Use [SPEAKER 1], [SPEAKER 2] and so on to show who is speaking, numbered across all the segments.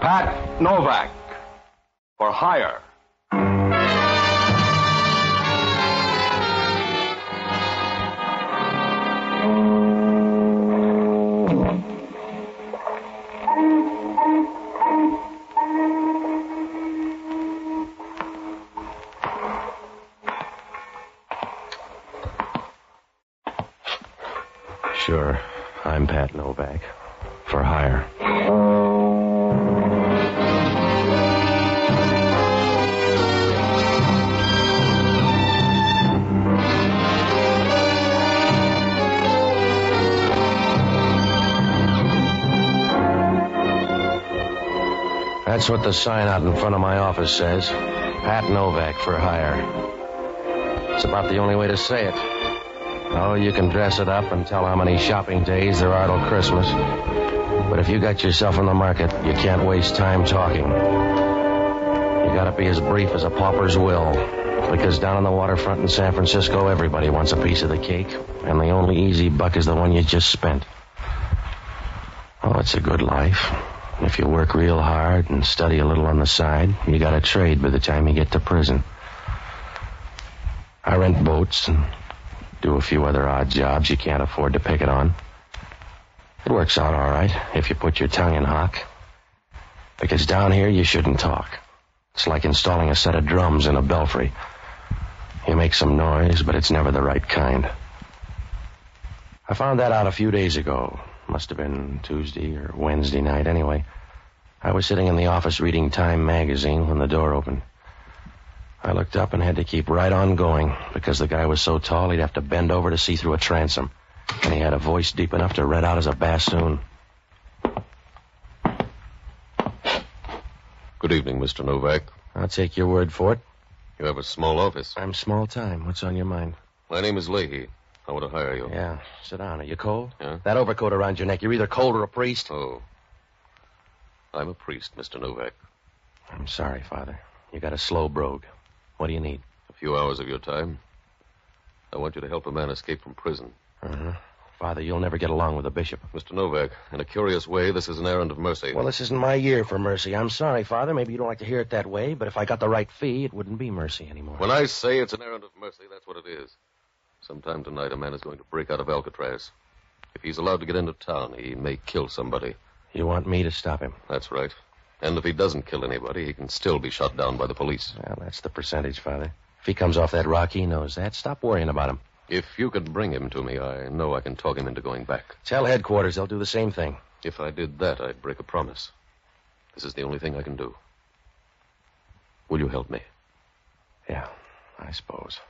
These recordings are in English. [SPEAKER 1] Pat Novak for hire.
[SPEAKER 2] Sure. I'm Pat Novak. For hire. That's what the sign out in front of my office says. Pat Novak for hire. It's about the only way to say it. Oh, you can dress it up and tell how many shopping days there are till Christmas. But if you got yourself in the market, you can't waste time talking. You gotta be as brief as a pauper's will. Because down on the waterfront in San Francisco, everybody wants a piece of the cake. And the only easy buck is the one you just spent. Oh, it's a good life. If you work real hard and study a little on the side, you got a trade by the time you get to prison. I rent boats and do a few other odd jobs you can't afford to pick it on. It works out all right if you put your tongue in hock. Because down here you shouldn't talk. It's like installing a set of drums in a belfry. You make some noise, but it's never the right kind. I found that out a few days ago. Must have been Tuesday or Wednesday night anyway. I was sitting in the office reading Time magazine when the door opened. I looked up and had to keep right on going because the guy was so tall he'd have to bend over to see through a transom. And he had a voice deep enough to read out as a bassoon.
[SPEAKER 3] Good evening, Mr. Novak.
[SPEAKER 2] I'll take your word for it.
[SPEAKER 3] You have a small office.
[SPEAKER 2] I'm small time. What's on your mind?
[SPEAKER 3] My name is Leahy. I want to hire you.
[SPEAKER 2] Yeah, sit down. Are you cold?
[SPEAKER 3] Yeah.
[SPEAKER 2] That overcoat around your neck, you're either cold or a priest.
[SPEAKER 3] Oh. I'm a priest, Mr. Novak.
[SPEAKER 2] I'm sorry, Father. You got a slow brogue. What do you need?
[SPEAKER 3] A few hours of your time. I want you to help a man escape from prison.
[SPEAKER 2] Uh-huh. Father, you'll never get along with the bishop.
[SPEAKER 3] Mr. Novak, in a curious way, this is an errand of mercy.
[SPEAKER 2] Well, this isn't my year for mercy. I'm sorry, Father. Maybe you don't like to hear it that way, but if I got the right fee, it wouldn't be mercy anymore.
[SPEAKER 3] When I say it's an errand of mercy, that's what it is. Sometime tonight, a man is going to break out of Alcatraz. If he's allowed to get into town, he may kill somebody.
[SPEAKER 2] You want me to stop him?
[SPEAKER 3] That's right. And if he doesn't kill anybody, he can still be shot down by the police.
[SPEAKER 2] Well, that's the percentage, Father. If he comes off that rock, he knows that. Stop worrying about him.
[SPEAKER 3] If you could bring him to me, I know I can talk him into going back.
[SPEAKER 2] Tell headquarters they'll do the same thing.
[SPEAKER 3] If I did that, I'd break a promise. This is the only thing I can do. Will you help me?
[SPEAKER 2] Yeah, I suppose.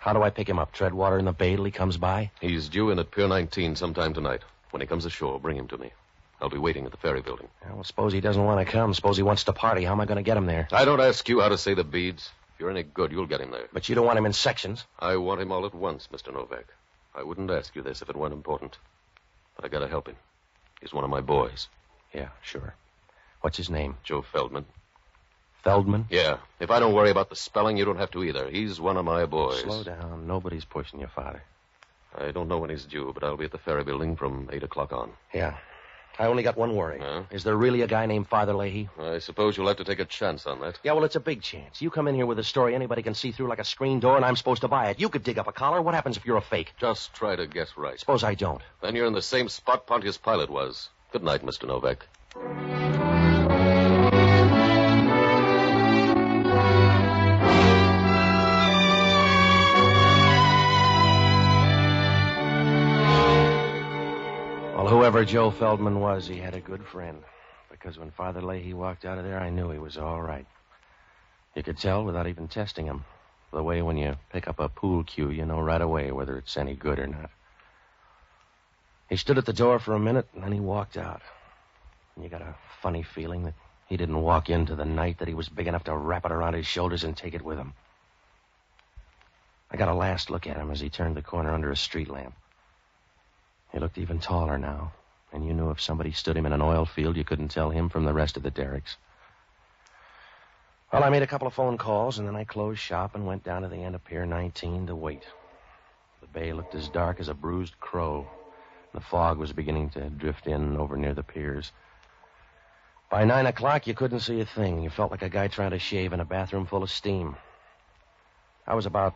[SPEAKER 2] How do I pick him up? Tread water in the bay till he comes by?
[SPEAKER 3] He's due in at Pier 19 sometime tonight. When he comes ashore, bring him to me. I'll be waiting at the ferry building.
[SPEAKER 2] Yeah, well, suppose he doesn't want to come. Suppose he wants to party. How am I going to get him there?
[SPEAKER 3] I don't ask you how to say the beads. If you're any good, you'll get him there.
[SPEAKER 2] But you don't want him in sections.
[SPEAKER 3] I want him all at once, Mr. Novak. I wouldn't ask you this if it weren't important. But I gotta help him. He's one of my boys,
[SPEAKER 2] Yeah, sure. What's his name?
[SPEAKER 3] Joe Feldman.
[SPEAKER 2] Feldman?
[SPEAKER 3] Yeah. If I don't worry about the spelling, you don't have to either. He's one of my boys.
[SPEAKER 2] Slow down. Nobody's pushing you, Father.
[SPEAKER 3] I don't know when he's due, but I'll be at the ferry building from 8 o'clock on.
[SPEAKER 2] Yeah. I only got one worry.
[SPEAKER 3] Huh?
[SPEAKER 2] Is there really a guy named Father Leahy?
[SPEAKER 3] I suppose you'll have to take a chance on that.
[SPEAKER 2] Yeah, well, it's a big chance. You come in here with a story anybody can see through like a screen door, and I'm supposed to buy it. You could dig up a collar. What happens if you're a fake?
[SPEAKER 3] Just try to guess right.
[SPEAKER 2] Suppose I don't.
[SPEAKER 3] Then you're in the same spot Pontius Pilate was. Good night, Mr. Novak.
[SPEAKER 2] Well, whoever Joe Feldman was, he had a good friend. Because when Father Leahy walked out of there, I knew he was all right. You could tell without even testing him. The way when you pick up a pool cue, you know right away whether it's any good or not. He stood at the door for a minute, and then he walked out. And you got a funny feeling that he didn't walk into the night, that he was big enough to wrap it around his shoulders and take it with him. I got a last look at him as he turned the corner under a street lamp. He looked even taller now, and you knew if somebody stood him in an oil field, you couldn't tell him from the rest of the derricks. Well, I made a couple of phone calls, and then I closed shop and went down to the end of Pier 19 to wait. The bay looked as dark as a bruised crow. and The fog was beginning to drift in over near the piers. By nine o'clock, you couldn't see a thing. You felt like a guy trying to shave in a bathroom full of steam. I was about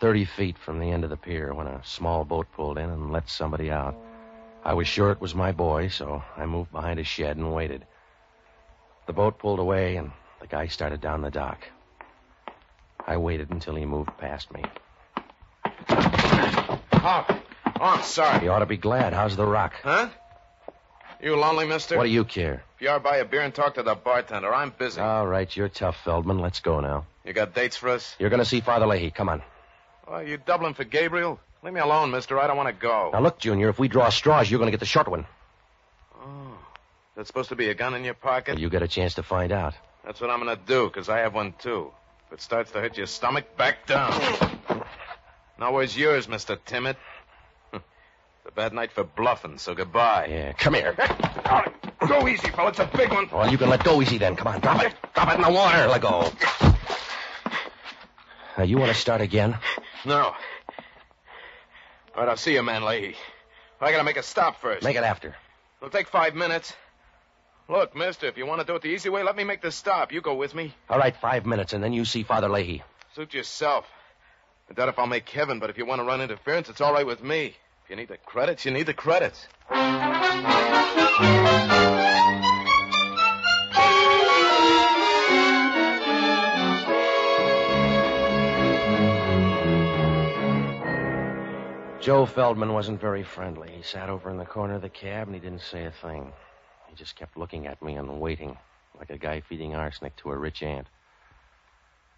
[SPEAKER 2] 30 feet from the end of the pier when a small boat pulled in and let somebody out. I was sure it was my boy, so I moved behind a shed and waited. The boat pulled away, and the guy started down the dock. I waited until he moved past me.
[SPEAKER 4] Oh, oh I'm sorry.
[SPEAKER 2] You ought to be glad. How's the rock?
[SPEAKER 4] Huh? You lonely, mister?
[SPEAKER 2] What do you care?
[SPEAKER 4] If you are, buy a beer and talk to the bartender. I'm busy.
[SPEAKER 2] All right, you're tough, Feldman. Let's go now.
[SPEAKER 4] you got dates for us?
[SPEAKER 2] You're going to see Father Leahy. Come on.
[SPEAKER 4] Oh, you doubling for Gabriel? Leave me alone, mister. I don't want to go.
[SPEAKER 2] Now, look, Junior, if we draw straws, you're going to get the short one.
[SPEAKER 4] Oh. Is that supposed to be a gun in your pocket?
[SPEAKER 2] You get a chance to find out.
[SPEAKER 4] That's what I'm going to do, because I have one, too. If it starts to hurt your stomach, back down. now, where's yours, Mr. Timid? it's a bad night for bluffing, so goodbye.
[SPEAKER 2] Yeah, Eh, come here.
[SPEAKER 4] Go easy, fella. It's a big one.
[SPEAKER 2] Well, you can let go easy then. Come on, drop it. Drop it in the water. Let go. Now, you want to start again?
[SPEAKER 4] No. All right, I'll see you, man, Leahy. I gotta make a stop first.
[SPEAKER 2] Make it after.
[SPEAKER 4] It'll take five minutes. Look, mister, if you want to do it the easy way, let me make the stop. You go with me.
[SPEAKER 2] All right, five minutes, and then you see Father Leahy.
[SPEAKER 4] Suit yourself. I doubt if I'll make heaven, but if you want to run interference, it's all right with me. If you need the credits, you need the credits.
[SPEAKER 2] Joe Feldman wasn't very friendly. He sat over in the corner of the cab and he didn't say a thing. He just kept looking at me and waiting, like a guy feeding arsenic to a rich aunt.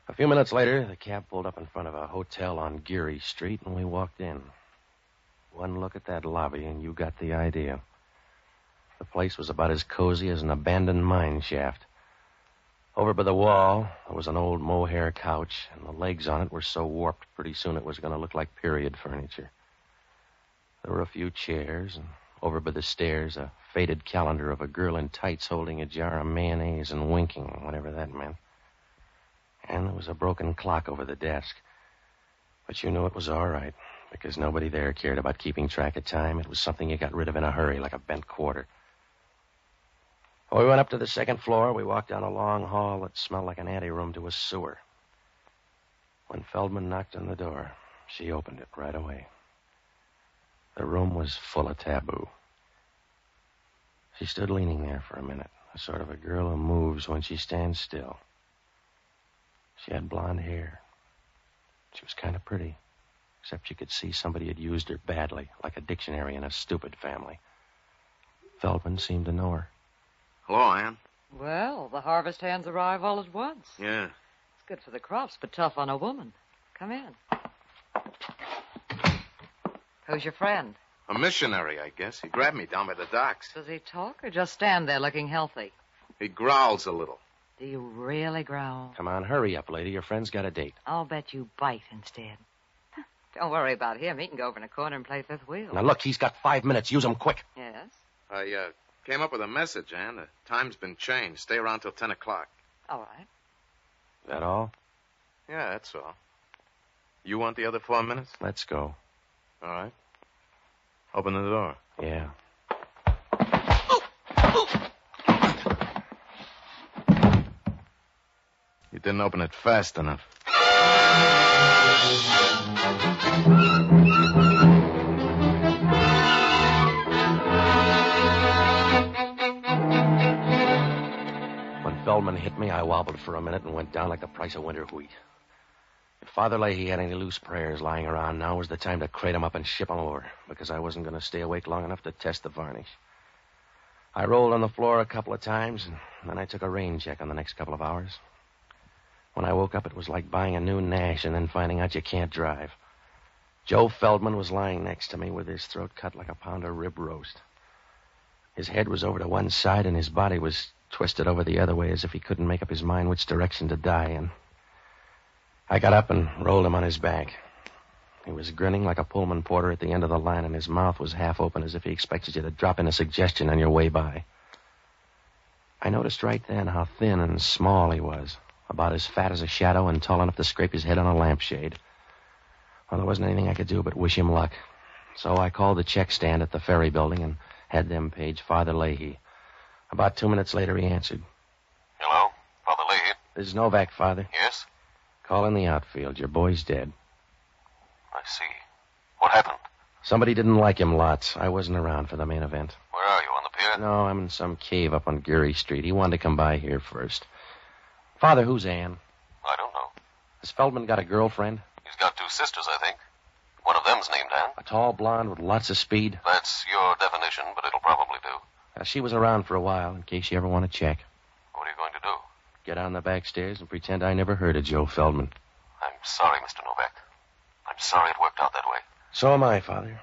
[SPEAKER 2] A few minutes later, the cab pulled up in front of a hotel on Geary Street and we walked in. One look at that lobby and you got the idea. The place was about as cozy as an abandoned mine shaft. Over by the wall, there was an old mohair couch, and the legs on it were so warped pretty soon it was going to look like period furniture. There were a few chairs, and over by the stairs, a faded calendar of a girl in tights holding a jar of mayonnaise and winking, whatever that meant. And there was a broken clock over the desk. But you knew it was all right, because nobody there cared about keeping track of time. It was something you got rid of in a hurry, like a bent quarter. Well, we went up to the second floor. We walked down a long hall that smelled like an anteroom to a sewer. When Feldman knocked on the door, she opened it right away. The room was full of taboo. She stood leaning there for a minute, a sort of a girl who moves when she stands still. She had blonde hair. She was kind of pretty, except you could see somebody had used her badly, like a dictionary in a stupid family. Feldman seemed to know her.
[SPEAKER 4] Hello, Ann.
[SPEAKER 5] Well, the harvest hands arrive all at once.
[SPEAKER 4] Yeah.
[SPEAKER 5] It's good for the crops, but tough on a woman. Come in. Who's your friend?
[SPEAKER 4] A missionary, I guess. He grabbed me down by the docks.
[SPEAKER 5] Does he talk or just stand there looking healthy?
[SPEAKER 4] He growls a little.
[SPEAKER 5] Do you really growl?
[SPEAKER 2] Come on, hurry up, lady. Your friend's got a date.
[SPEAKER 5] I'll bet you bite instead. Don't worry about him. He can go over in a corner and play fifth wheel.
[SPEAKER 2] Now, look, he's got five minutes. Use 'em quick.
[SPEAKER 5] Yes.
[SPEAKER 4] I uh, came up with a message, Ann. The time's been changed. Stay around till 10 o'clock.
[SPEAKER 5] All right.
[SPEAKER 2] Is that all?
[SPEAKER 4] Yeah, that's all. You want the other four minutes?
[SPEAKER 2] Let's go.
[SPEAKER 4] All right. Open the door.
[SPEAKER 2] Yeah.
[SPEAKER 4] You didn't open it fast enough.
[SPEAKER 2] When Feldman hit me, I wobbled for a minute and went down like the price of winter wheat. If Father Leahy had any loose prayers lying around, now was the time to crate 'em up and ship 'em over, because I wasn't going to stay awake long enough to test the varnish. I rolled on the floor a couple of times, and then I took a rain check on the next couple of hours. When I woke up, it was like buying a new Nash and then finding out you can't drive. Joe Feldman was lying next to me with his throat cut like a pound of rib roast. His head was over to one side, and his body was twisted over the other way as if he couldn't make up his mind which direction to die in. I got up and rolled him on his back. He was grinning like a Pullman porter at the end of the line, and his mouth was half open as if he expected you to drop in a suggestion on your way by. I noticed right then how thin and small he was, about as fat as a shadow and tall enough to scrape his head on a lampshade. Well, there wasn't anything I could do but wish him luck. So I called the check stand at the ferry building and had them page Father Leahy, About two minutes later, he answered.
[SPEAKER 6] Hello? Father Leahy?
[SPEAKER 2] This is Novak, Father.
[SPEAKER 6] Yes?
[SPEAKER 2] Call in the outfield. Your boy's dead.
[SPEAKER 6] I see. What happened?
[SPEAKER 2] Somebody didn't like him lots. I wasn't around for the main event.
[SPEAKER 6] Where are you, on the pier?
[SPEAKER 2] No, I'm in some cave up on Geary Street. He wanted to come by here first. Father, who's Ann?
[SPEAKER 6] I don't know.
[SPEAKER 2] Has Feldman got a girlfriend?
[SPEAKER 6] He's got two sisters, I think. One of them's named Ann.
[SPEAKER 2] A tall blonde with lots of speed?
[SPEAKER 6] That's your definition, but it'll probably do.
[SPEAKER 2] Uh, she was around for a while, in case you ever want to check.
[SPEAKER 6] What are you going to do?
[SPEAKER 2] Get on the back stairs and pretend I never heard of Joe Feldman.
[SPEAKER 6] I'm sorry, Mr. Novak. I'm sorry it worked out that way.
[SPEAKER 2] So am I, Father.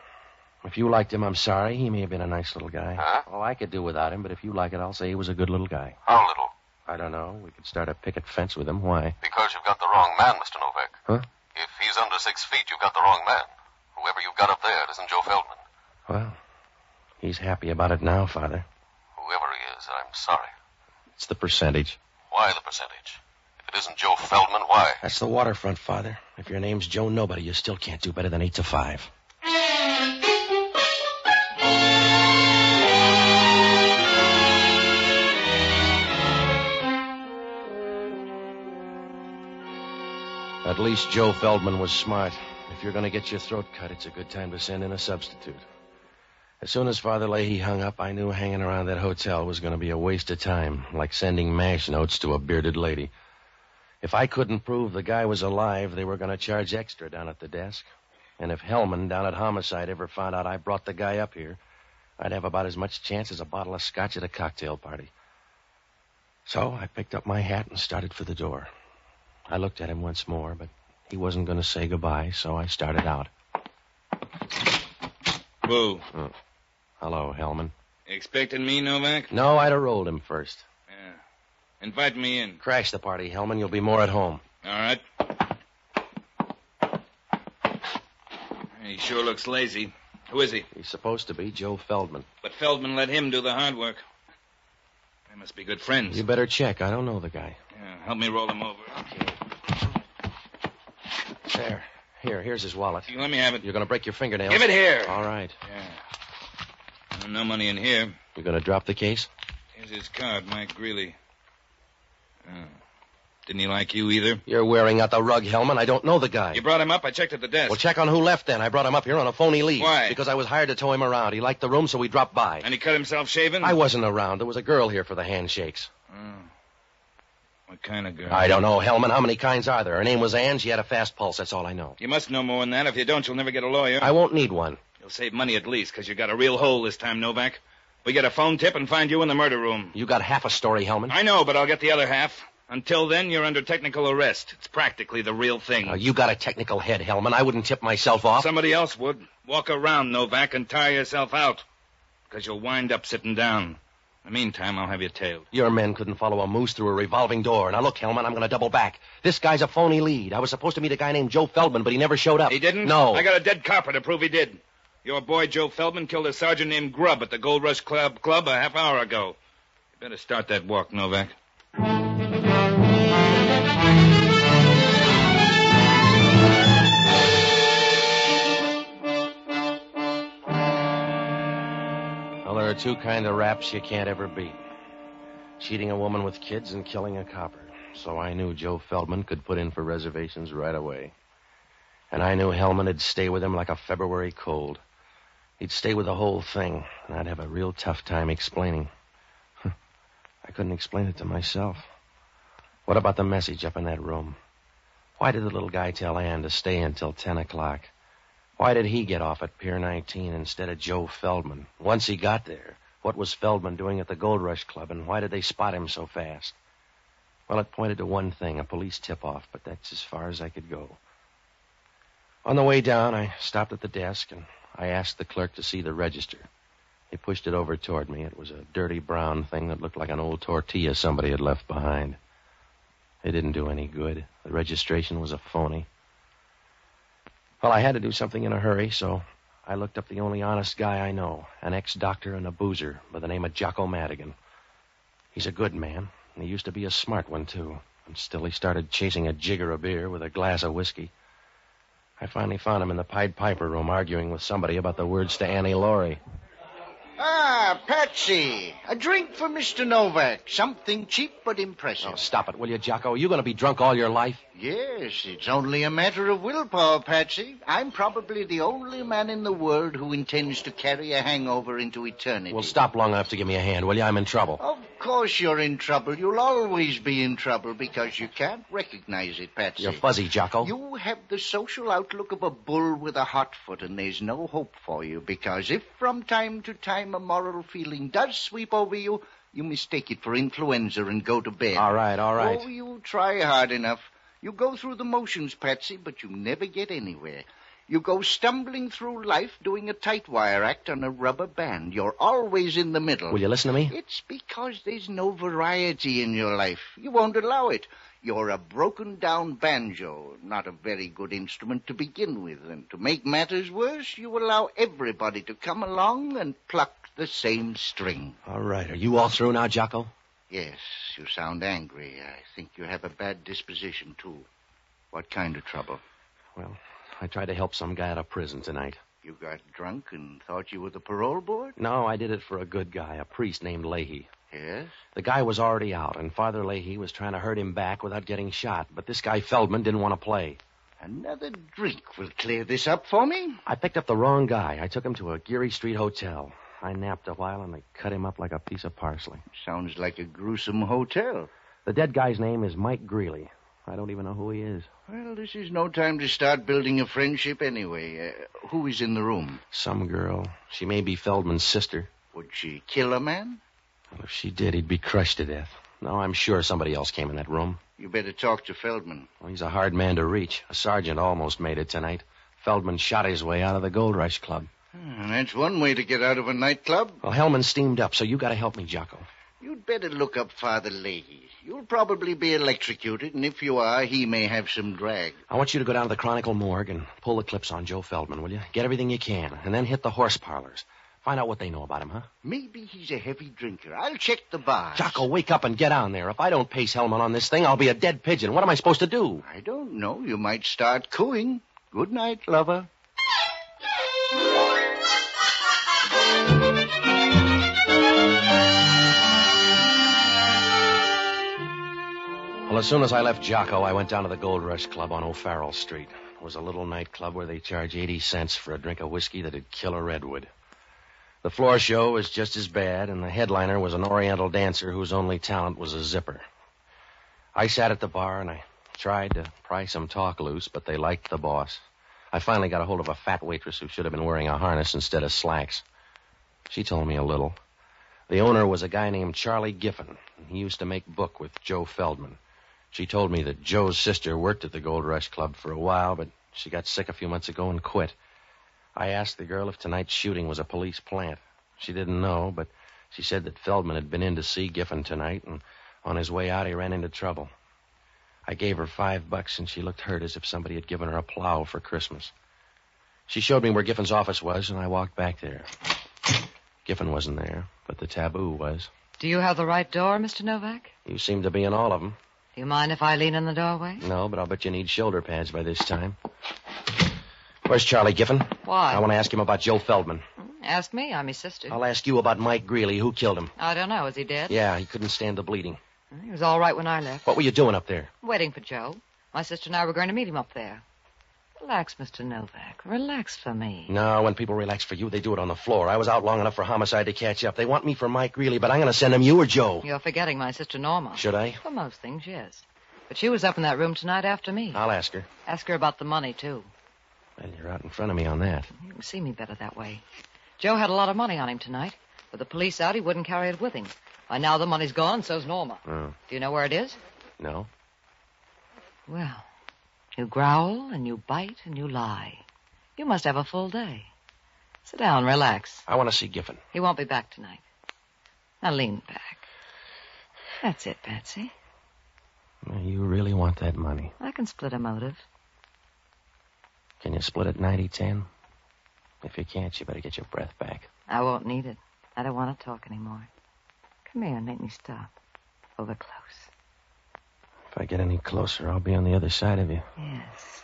[SPEAKER 2] If you liked him, I'm sorry. He may have been a nice little guy.
[SPEAKER 6] Huh?
[SPEAKER 2] Well, I could do without him, but if you like it, I'll say he was a good little guy.
[SPEAKER 6] How little?
[SPEAKER 2] I don't know. We could start a picket fence with him. Why?
[SPEAKER 6] Because you've got the wrong man, Mr. Novak.
[SPEAKER 2] Huh?
[SPEAKER 6] If he's under six feet, you've got the wrong man. Whoever you've got up there, it isn't Joe Feldman.
[SPEAKER 2] Well, he's happy about it now, Father.
[SPEAKER 6] Whoever he is, I'm sorry.
[SPEAKER 2] It's the percentage.
[SPEAKER 6] Why the percentage? If it isn't Joe Feldman, why?
[SPEAKER 2] That's the waterfront, Father. If your name's Joe Nobody, you still can't do better than eight to five. At least Joe Feldman was smart. If you're going to get your throat cut, it's a good time to send in a substitute. As soon as Father Leahy hung up, I knew hanging around that hotel was going to be a waste of time, like sending mash notes to a bearded lady. If I couldn't prove the guy was alive, they were going to charge extra down at the desk. And if Hellman down at Homicide ever found out I brought the guy up here, I'd have about as much chance as a bottle of scotch at a cocktail party. So I picked up my hat and started for the door. I looked at him once more, but he wasn't going to say goodbye, so I started out.
[SPEAKER 7] Whoa.
[SPEAKER 2] Hello, Hellman.
[SPEAKER 7] Expecting me, Novak?
[SPEAKER 2] No, I'd have rolled him first.
[SPEAKER 7] Yeah. Invite me in.
[SPEAKER 2] Crash the party, Hellman. You'll be more at home.
[SPEAKER 7] All right. He sure looks lazy. Who is he?
[SPEAKER 2] He's supposed to be Joe Feldman.
[SPEAKER 7] But Feldman let him do the hard work. They must be good friends.
[SPEAKER 2] You better check. I don't know the guy.
[SPEAKER 7] Yeah, help me roll him over.
[SPEAKER 2] There. Here, here's his wallet.
[SPEAKER 7] You let me have it.
[SPEAKER 2] You're going to break your fingernail.
[SPEAKER 7] Give it here.
[SPEAKER 2] All right.
[SPEAKER 7] Yeah. Uh, No money in here.
[SPEAKER 2] You're going to drop the case?
[SPEAKER 7] Here's his card, Mike Greeley. Oh. Didn't he like you either?
[SPEAKER 2] You're wearing out the rug, Hellman. I don't know the guy.
[SPEAKER 7] You brought him up. I checked at the desk.
[SPEAKER 2] Well, check on who left then. I brought him up here on a phony lead.
[SPEAKER 7] Why?
[SPEAKER 2] Because I was hired to tow him around. He liked the room, so we dropped by.
[SPEAKER 7] And he cut himself shaving?
[SPEAKER 2] I wasn't around. There was a girl here for the handshakes.
[SPEAKER 7] Oh. What kind of girl?
[SPEAKER 2] I don't know, Hellman. How many kinds are there? Her name was Ann. She had a fast pulse. That's all I know.
[SPEAKER 7] You must know more than that. If you don't, you'll never get a lawyer.
[SPEAKER 2] I won't need one.
[SPEAKER 7] You'll save money at least, because you got a real hole this time, Novak. We get a phone tip and find you in the murder room.
[SPEAKER 2] You got half a story, Hellman.
[SPEAKER 7] I know, but I'll get the other half. Until then, you're under technical arrest. It's practically the real thing.
[SPEAKER 2] Now, you got a technical head, Hellman. I wouldn't tip myself off.
[SPEAKER 7] Somebody else would. Walk around, Novak, and tire yourself out. Because you'll wind up sitting down. In the meantime, I'll have you tailed.
[SPEAKER 2] Your men couldn't follow a moose through a revolving door. Now, look, Hellman, I'm going to double back. This guy's a phony lead. I was supposed to meet a guy named Joe Feldman, but he never showed up.
[SPEAKER 7] He didn't?
[SPEAKER 2] No.
[SPEAKER 7] I got a dead copper to prove he did. Your boy, Joe Feldman, killed a sergeant named Grubb at the Gold Rush Club, club a half hour ago. You better start that walk, Novak.
[SPEAKER 2] Well, there are two kind of raps you can't ever beat. Cheating a woman with kids and killing a copper. So I knew Joe Feldman could put in for reservations right away. And I knew Hellman would stay with him like a February cold. He'd stay with the whole thing, and I'd have a real tough time explaining. I couldn't explain it to myself. What about the message up in that room? Why did the little guy tell Ann to stay until 10 o'clock? Why did he get off at Pier 19 instead of Joe Feldman? Once he got there, what was Feldman doing at the Gold Rush Club, and why did they spot him so fast? Well, it pointed to one thing a police tip off, but that's as far as I could go. On the way down, I stopped at the desk and I asked the clerk to see the register. He pushed it over toward me. It was a dirty brown thing that looked like an old tortilla somebody had left behind. It didn't do any good. The registration was a phony. Well, I had to do something in a hurry, so I looked up the only honest guy I know, an ex doctor and a boozer by the name of Jocko Madigan. He's a good man, and he used to be a smart one, too. And still, he started chasing a jigger of beer with a glass of whiskey. I finally found him in the Pied Piper room arguing with somebody about the words to Annie Laurie.
[SPEAKER 8] Ah, Patsy. A drink for Mr. Novak. Something cheap but impressive.
[SPEAKER 2] Oh, stop it, will you, Jocko? Are you going to be drunk all your life?
[SPEAKER 8] Oh, Yes, it's only a matter of willpower, Patsy. I'm probably the only man in the world who intends to carry a hangover into eternity.
[SPEAKER 2] Well, stop long enough to give me a hand, will you? I'm in trouble.
[SPEAKER 8] Of course you're in trouble. You'll always be in trouble because you can't recognize it, Patsy.
[SPEAKER 2] You're fuzzy, Jocko.
[SPEAKER 8] You have the social outlook of a bull with a hot foot, and there's no hope for you because if from time to time a moral feeling does sweep over you, you mistake it for influenza and go to bed.
[SPEAKER 2] All right, all right.
[SPEAKER 8] Oh, you try hard enough. You go through the motions, Patsy, but you never get anywhere. You go stumbling through life doing a tight wire act on a rubber band. You're always in the middle.
[SPEAKER 2] Will you listen to me?
[SPEAKER 8] It's because there's no variety in your life. You won't allow it. You're a broken down banjo, not a very good instrument to begin with, and to make matters worse, you allow everybody to come along and pluck the same string.
[SPEAKER 2] All right. Are you all through now, Jocko?
[SPEAKER 8] Yes, you sound angry. I think you have a bad disposition, too. What kind of trouble?
[SPEAKER 2] Well, I tried to help some guy out of prison tonight.
[SPEAKER 8] You got drunk and thought you were the parole board?
[SPEAKER 2] No, I did it for a good guy, a priest named Leahy.
[SPEAKER 8] Yes.
[SPEAKER 2] The guy was already out, and Father Leahy was trying to hurt him back without getting shot, but this guy Feldman didn't want to play.
[SPEAKER 8] Another drink will clear this up for me.
[SPEAKER 2] I picked up the wrong guy. I took him to a Geary Street hotel. I napped a while, and they cut him up like a piece of parsley.
[SPEAKER 8] Sounds like a gruesome hotel.
[SPEAKER 2] The dead guy's name is Mike Greeley. I don't even know who he is.
[SPEAKER 8] Well, this is no time to start building a friendship anyway. Uh, who is in the room?
[SPEAKER 2] Some girl. She may be Feldman's sister.
[SPEAKER 8] Would she kill a man?
[SPEAKER 2] Well, if she did, he'd be crushed to death. No, I'm sure somebody else came in that room.
[SPEAKER 8] You better talk to Feldman.
[SPEAKER 2] Well, he's a hard man to reach. A sergeant almost made it tonight. Feldman shot his way out of the Gold Rush Club.
[SPEAKER 8] Hmm, that's one way to get out of a nightclub.
[SPEAKER 2] Well, Hellman steamed up, so you got to help me, Jocko.
[SPEAKER 8] You'd better look up Father Leahy. You'll probably be electrocuted, and if you are, he may have some drag.
[SPEAKER 2] I want you to go down to the Chronicle morgue and pull the clips on Joe Feldman, will you? Get everything you can, and then hit the horse parlors. Find out what they know about him, huh?
[SPEAKER 8] Maybe he's a heavy drinker. I'll check the bar.
[SPEAKER 2] Jocko, wake up and get on there. If I don't pace Hellman on this thing, I'll be a dead pigeon. What am I supposed to do?
[SPEAKER 8] I don't know. Oh, You might start cooing. Good night, lover.
[SPEAKER 2] Well, as soon as I left Jocko, I went down to the Gold Rush Club on O'Farrell Street. It was a little nightclub where they charge 80 cents for a drink of whiskey that'd kill a redwood. The floor show was just as bad, and the headliner was an Oriental dancer whose only talent was a zipper. I sat at the bar and I tried to pry some talk loose, but they liked the boss. I finally got a hold of a fat waitress who should have been wearing a harness instead of slacks. She told me a little. The owner was a guy named Charlie Giffen. and He used to make book with Joe Feldman. She told me that Joe's sister worked at the Gold Rush Club for a while, but she got sick a few months ago and quit. I asked the girl if tonight's shooting was a police plant. She didn't know, but she said that Feldman had been in to see Giffen tonight, and on his way out, he ran into trouble. I gave her five bucks, and she looked hurt as if somebody had given her a plow for Christmas. She showed me where Giffen's office was, and I walked back there. Giffen wasn't there, but the taboo was.
[SPEAKER 5] Do you have the right door, Mr. Novak?
[SPEAKER 2] You seem to be in all of them.
[SPEAKER 5] Do you mind if I lean in the doorway?
[SPEAKER 2] No, but I'll bet you need shoulder pads by this time. Where's Charlie Giffen?
[SPEAKER 5] Why?
[SPEAKER 2] I want to ask him about Joe Feldman.
[SPEAKER 5] Ask me. I'm his sister.
[SPEAKER 2] I'll ask you about Mike Greeley, who killed him.
[SPEAKER 5] I don't know. Is he dead?
[SPEAKER 2] Yeah, he couldn't stand the bleeding.
[SPEAKER 5] He was all right when I left.
[SPEAKER 2] What were you doing up there?
[SPEAKER 5] Waiting for Joe. My sister and I were going to meet him up there. Relax, Mr. Novak. Relax for me.
[SPEAKER 2] No, when people relax for you, they do it on the floor. I was out long enough for homicide to catch up. They want me for Mike Greeley, but I'm going to send them you or Joe.
[SPEAKER 5] You're forgetting my sister Norma.
[SPEAKER 2] Should I?
[SPEAKER 5] For most things, yes. But she was up in that room tonight after me.
[SPEAKER 2] I'll ask her.
[SPEAKER 5] Ask her about the money, too.
[SPEAKER 2] Well, you're out in front of me on that.
[SPEAKER 5] You can see me better that way. Joe had a lot of money on him tonight. With the police out, he wouldn't carry it with him. By now, the money's gone, so's Norma.
[SPEAKER 2] Oh.
[SPEAKER 5] Do you know where it is?
[SPEAKER 2] No?
[SPEAKER 5] Well, you growl and you bite and you lie. You must have a full day. Sit down, relax.
[SPEAKER 2] I want to see Giffen.
[SPEAKER 5] He won't be back tonight. Now lean back. That's it, Patsy.
[SPEAKER 2] Well, You really want that money.
[SPEAKER 5] I can split a motive.
[SPEAKER 2] Can you split it 90-10? If you can't, you better get your breath back.
[SPEAKER 5] I won't need it. I don't want to talk anymore. Come here and make me stop. Over close.
[SPEAKER 2] If I get any closer, I'll be on the other side of you.
[SPEAKER 5] Yes.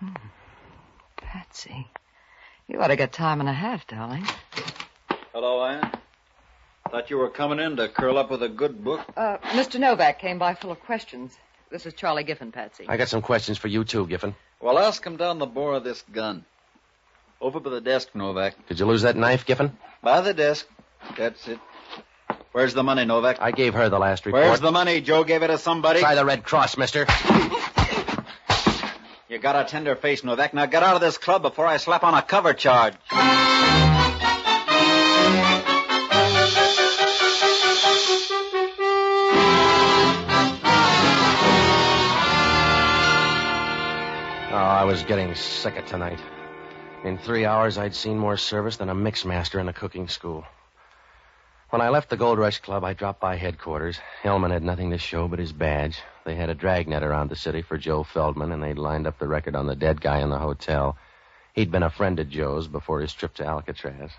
[SPEAKER 5] Hmm. Patsy, you ought to get time and a half, darling.
[SPEAKER 9] Hello, Ann. Thought you were coming in to curl up with a good book.
[SPEAKER 5] Uh, Mr. Novak came by full of questions. This is Charlie Giffen, Patsy.
[SPEAKER 2] I got some questions for you too, Giffen.
[SPEAKER 9] Well, ask him down the bore of this gun. Over by the desk, Novak.
[SPEAKER 2] Did you lose that knife, Giffen?
[SPEAKER 9] By the desk. That's it. Where's the money, Novak?
[SPEAKER 2] I gave her the last report.
[SPEAKER 9] Where's the money? Joe gave it to somebody.
[SPEAKER 2] Try the Red Cross, mister.
[SPEAKER 9] You got a tender face, Novak. Now get out of this club before I slap on a cover charge.
[SPEAKER 2] Oh, I was getting sick of tonight. In three hours, I'd seen more service than a mixmaster in a cooking school. When I left the Gold Rush Club, I dropped by headquarters. Hellman had nothing to show but his badge. They had a dragnet around the city for Joe Feldman, and they'd lined up the record on the dead guy in the hotel. He'd been a friend of Joe's before his trip to Alcatraz.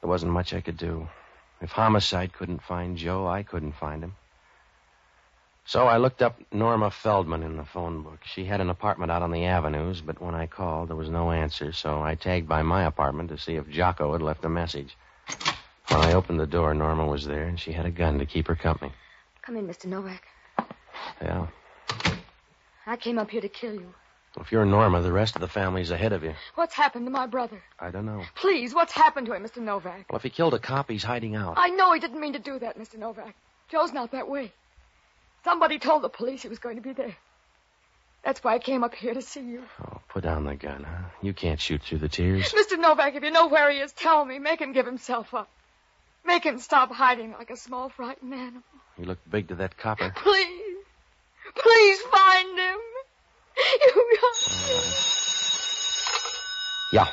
[SPEAKER 2] There wasn't much I could do. If homicide couldn't find Joe, I couldn't find him. So I looked up Norma Feldman in the phone book. She had an apartment out on the avenues, but when I called, there was no answer, so I tagged by my apartment to see if Jocko had left a message. When I opened the door, Norma was there, and she had a gun to keep her company.
[SPEAKER 10] Come in, Mr. Novak.
[SPEAKER 2] Yeah.
[SPEAKER 10] I came up here to kill you.
[SPEAKER 2] If you're Norma, the rest of the family's ahead of you.
[SPEAKER 10] What's happened to my brother?
[SPEAKER 2] I don't know.
[SPEAKER 10] Please, what's happened to him, Mr. Novak?
[SPEAKER 2] Well, if he killed a cop, he's hiding out.
[SPEAKER 10] I know he didn't mean to do that, Mr. Novak. Joe's not that way. Somebody told the police he was going to be there. That's why I came up here to see you.
[SPEAKER 2] Oh, put down the gun, huh? You can't shoot through the tears.
[SPEAKER 10] Mr. Novak, if you know where he is, tell me. Make him give himself up. Make him stop hiding like a small, frightened animal.
[SPEAKER 2] You look big to that copper.
[SPEAKER 10] Please. Please find him. You got
[SPEAKER 2] Yeah,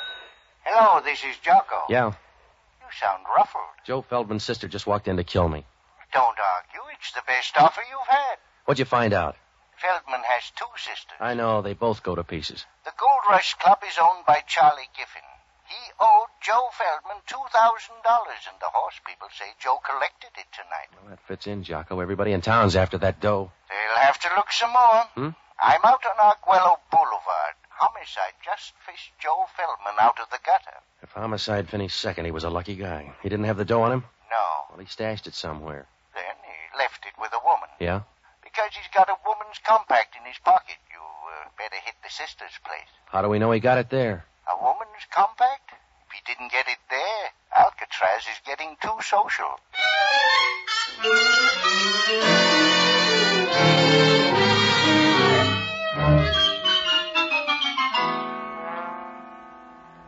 [SPEAKER 8] Hello, this is Jocko.
[SPEAKER 2] yeah.
[SPEAKER 8] You sound ruffled.
[SPEAKER 2] Joe Feldman's sister just walked in to kill me.
[SPEAKER 8] Don't argue. It's the best offer you've had.
[SPEAKER 2] What'd you find out?
[SPEAKER 8] Feldman has two sisters.
[SPEAKER 2] I know, they both go to pieces.
[SPEAKER 8] The Gold Rush Club is owned by Charlie Giffen. He owed Joe Feldman $2,000, and the horse people say Joe collected it tonight.
[SPEAKER 2] Well, that fits in, Jocko. Everybody in town's after that dough.
[SPEAKER 8] They'll have to look some more.
[SPEAKER 2] Hmm?
[SPEAKER 8] I'm out on Arguello Boulevard. Homicide just fished Joe Feldman out of the gutter.
[SPEAKER 2] If homicide finished second, he was a lucky guy. He didn't have the dough on him?
[SPEAKER 8] No.
[SPEAKER 2] Well, he stashed it somewhere.
[SPEAKER 8] Then he left it with a woman.
[SPEAKER 2] Yeah?
[SPEAKER 8] Because he's got a woman's compact in his pocket, you uh, better hit the sister's place.
[SPEAKER 2] How do we know he got it there?
[SPEAKER 8] A woman's compact? If he didn't get it there, Alcatraz is getting too social.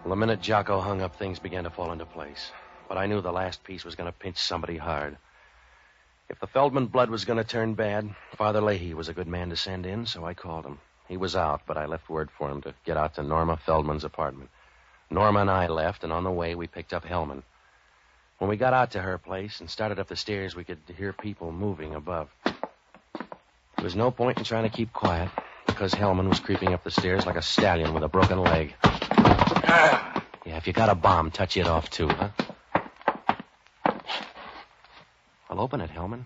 [SPEAKER 2] Well, the minute Jocko hung up, things began to fall into place. But I knew the last piece was going to pinch somebody hard. If the Feldman blood was going to turn bad, Father Leahy was a good man to send in, so I called him. He was out, but I left word for him to get out to Norma Feldman's apartment. Norma and I left, and on the way, we picked up Hellman. When we got out to her place and started up the stairs, we could hear people moving above. There was no point in trying to keep quiet because Hellman was creeping up the stairs like a stallion with a broken leg. Yeah, if you got a bomb, touch it off too, huh? Well, open it, Hellman.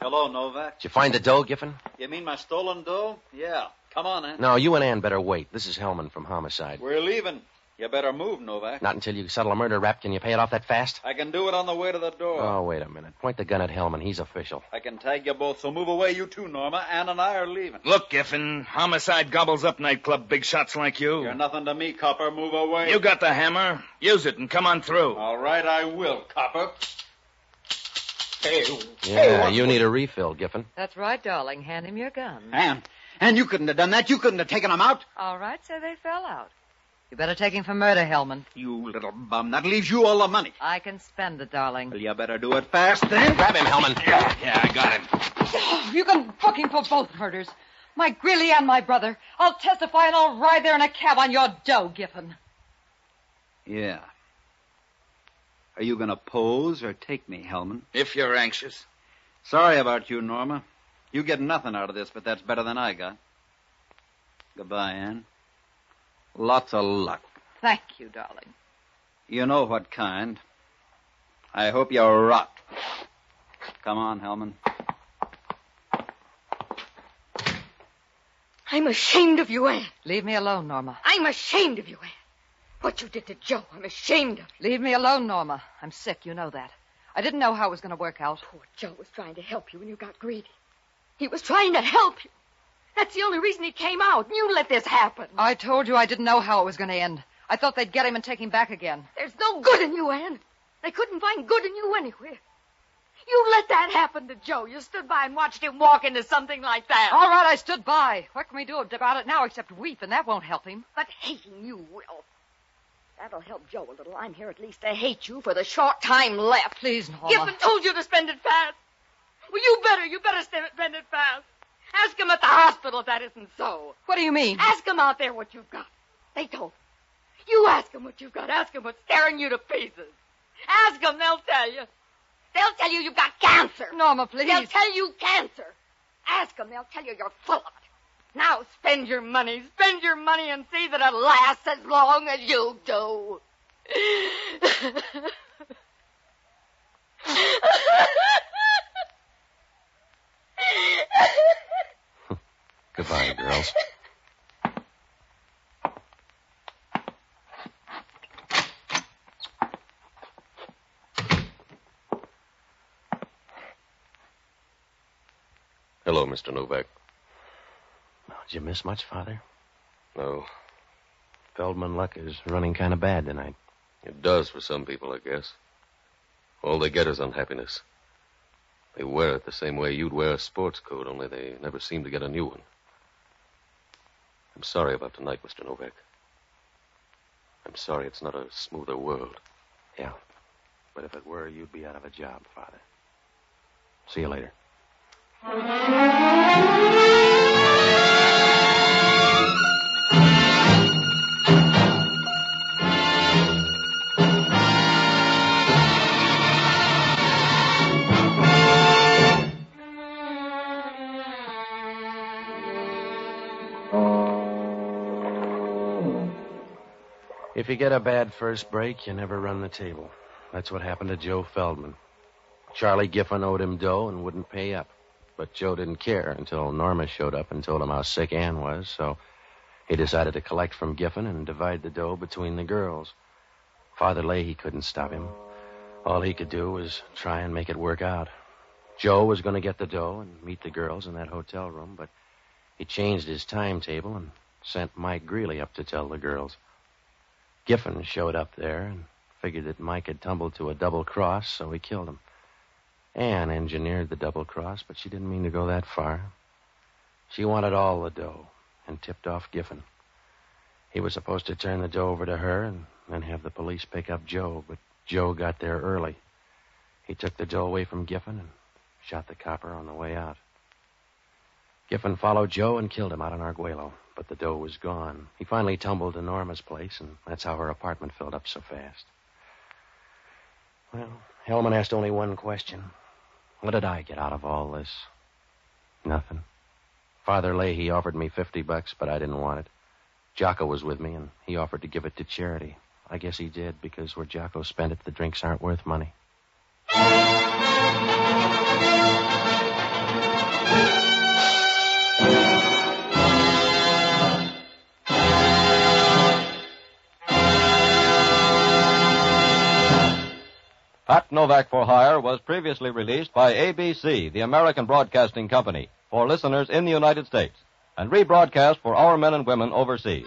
[SPEAKER 9] Hello, Novak.
[SPEAKER 2] Did you find the dough, Giffen?
[SPEAKER 9] You mean my stolen dough? Yeah. Come on, Ann.
[SPEAKER 2] No, you and Ann better wait. This is Hellman from Homicide.
[SPEAKER 9] We're leaving. You better move, Novak.
[SPEAKER 2] Not until you settle a murder rap can you pay it off that fast.
[SPEAKER 9] I can do it on the way to the door.
[SPEAKER 2] Oh, wait a minute. Point the gun at Hellman. He's official.
[SPEAKER 9] I can tag you both, so move away, you too, Norma. Ann and I are leaving.
[SPEAKER 7] Look, Giffen, homicide gobbles up nightclub big shots like you.
[SPEAKER 9] You're nothing to me, Copper. Move away.
[SPEAKER 7] You got the hammer. Use it and come on through.
[SPEAKER 9] All right, I will, Copper. Hey,
[SPEAKER 2] Yeah, you need a refill, Giffen.
[SPEAKER 5] That's right, darling. Hand him your gun.
[SPEAKER 9] Ann. Ann, you couldn't have done that. You couldn't have taken him out.
[SPEAKER 5] All right, so they fell out. You better take him for murder, Hellman.
[SPEAKER 9] You little bum. That leaves you all the money.
[SPEAKER 5] I can spend it, darling.
[SPEAKER 9] Well, you better do it fast, then.
[SPEAKER 2] Grab him, Hellman.
[SPEAKER 7] Yeah, I got him.
[SPEAKER 5] Oh, you can book him for both murders. Mike Greeley and my brother. I'll testify and I'll ride there in a cab on your dough, Giffen.
[SPEAKER 9] Yeah. Are you going to pose or take me, Hellman?
[SPEAKER 7] If you're anxious.
[SPEAKER 9] Sorry about you, Norma. You get nothing out of this, but that's better than I got. Goodbye, Ann. Lots of luck.
[SPEAKER 5] Thank you, darling.
[SPEAKER 9] You know what kind. I hope you rot. Come on, Hellman.
[SPEAKER 10] I'm ashamed of you, Anne.
[SPEAKER 5] Leave me alone, Norma.
[SPEAKER 10] I'm ashamed of you, Anne. What you did to Joe, I'm ashamed of.
[SPEAKER 5] Leave me alone, Norma. I'm sick, you know that. I didn't know how it was going to work out.
[SPEAKER 10] Poor Joe was trying to help you and you got greedy. He was trying to help you. That's the only reason he came out. You let this happen.
[SPEAKER 5] I told you I didn't know how it was going to end. I thought they'd get him and take him back again.
[SPEAKER 10] There's no good in you, Anne. They couldn't find good in you anywhere. You let that happen to Joe. You stood by and watched him walk into something like that.
[SPEAKER 5] All right, I stood by. What can we do about it now except weep, and that won't help him.
[SPEAKER 10] But hating you will. That'll help Joe a little. I'm here at least to hate you for the short time left.
[SPEAKER 5] Please, Norma.
[SPEAKER 10] Giffen told you to spend it fast. Well, you better, you better spend it fast. Ask him at the hospital if that isn't so.
[SPEAKER 5] What do you mean?
[SPEAKER 10] Ask him out there what you've got. They told him. You ask him what you've got. Ask him what's tearing you to pieces. Ask him, they'll tell you. They'll tell you you've got cancer.
[SPEAKER 5] Norma, please.
[SPEAKER 10] They'll tell you cancer. Ask them. They'll tell you you're full of it. Now spend your money. Spend your money and see that it lasts as long as you do.
[SPEAKER 3] Goodbye, girls.
[SPEAKER 11] Hello, Mr. Novak.
[SPEAKER 2] Oh,
[SPEAKER 3] Did you miss much, Father?
[SPEAKER 11] No,
[SPEAKER 3] Feldman luck is running kind of bad tonight.
[SPEAKER 11] it does for some people, I guess. All they get is unhappiness. They wear it the same way you'd wear a sports coat, only they never seem to get a new one. I'm sorry about tonight, Mr. Novak. I'm sorry it's not a smoother world.
[SPEAKER 3] Yeah. But if it were, you'd be out of a job, Father. See you later. If you get a bad first break, you never run the table. That's what happened to Joe Feldman. Charlie Giffen owed him dough and wouldn't pay up. But Joe didn't care until Norma showed up and told him how sick Ann was, so he decided to collect from Giffen and divide the dough between the girls. Father Leahy couldn't stop him. All he could do was try and make it work out. Joe was going to get the dough and meet the girls in that hotel room, but he changed his timetable and sent Mike Greeley up to tell the girls. Giffen showed up there and figured that Mike had tumbled to a double cross, so he killed him. Anne engineered the double cross, but she didn't mean to go that far. She wanted all the dough and tipped off Giffen. He was supposed to turn the dough over to her and then have the police pick up Joe, but Joe got there early. He took the dough away from Giffen and shot the copper on the way out. Giffen followed Joe and killed him out in Arguello, but the dough was gone. He finally tumbled to Norma's place, and that's how her apartment filled up so fast. Well, Hellman asked only one question. What did I get out of all this? Nothing. Father Leahy offered me 50 bucks, but I didn't want it. Jocko was with me, and he offered to give it to charity. I guess he did, because where Jocko spent it, the drinks aren't worth money.
[SPEAKER 12] Pat Novak for Hire was previously released by ABC, the American Broadcasting Company, for listeners in the United States, and rebroadcast for our men and women overseas.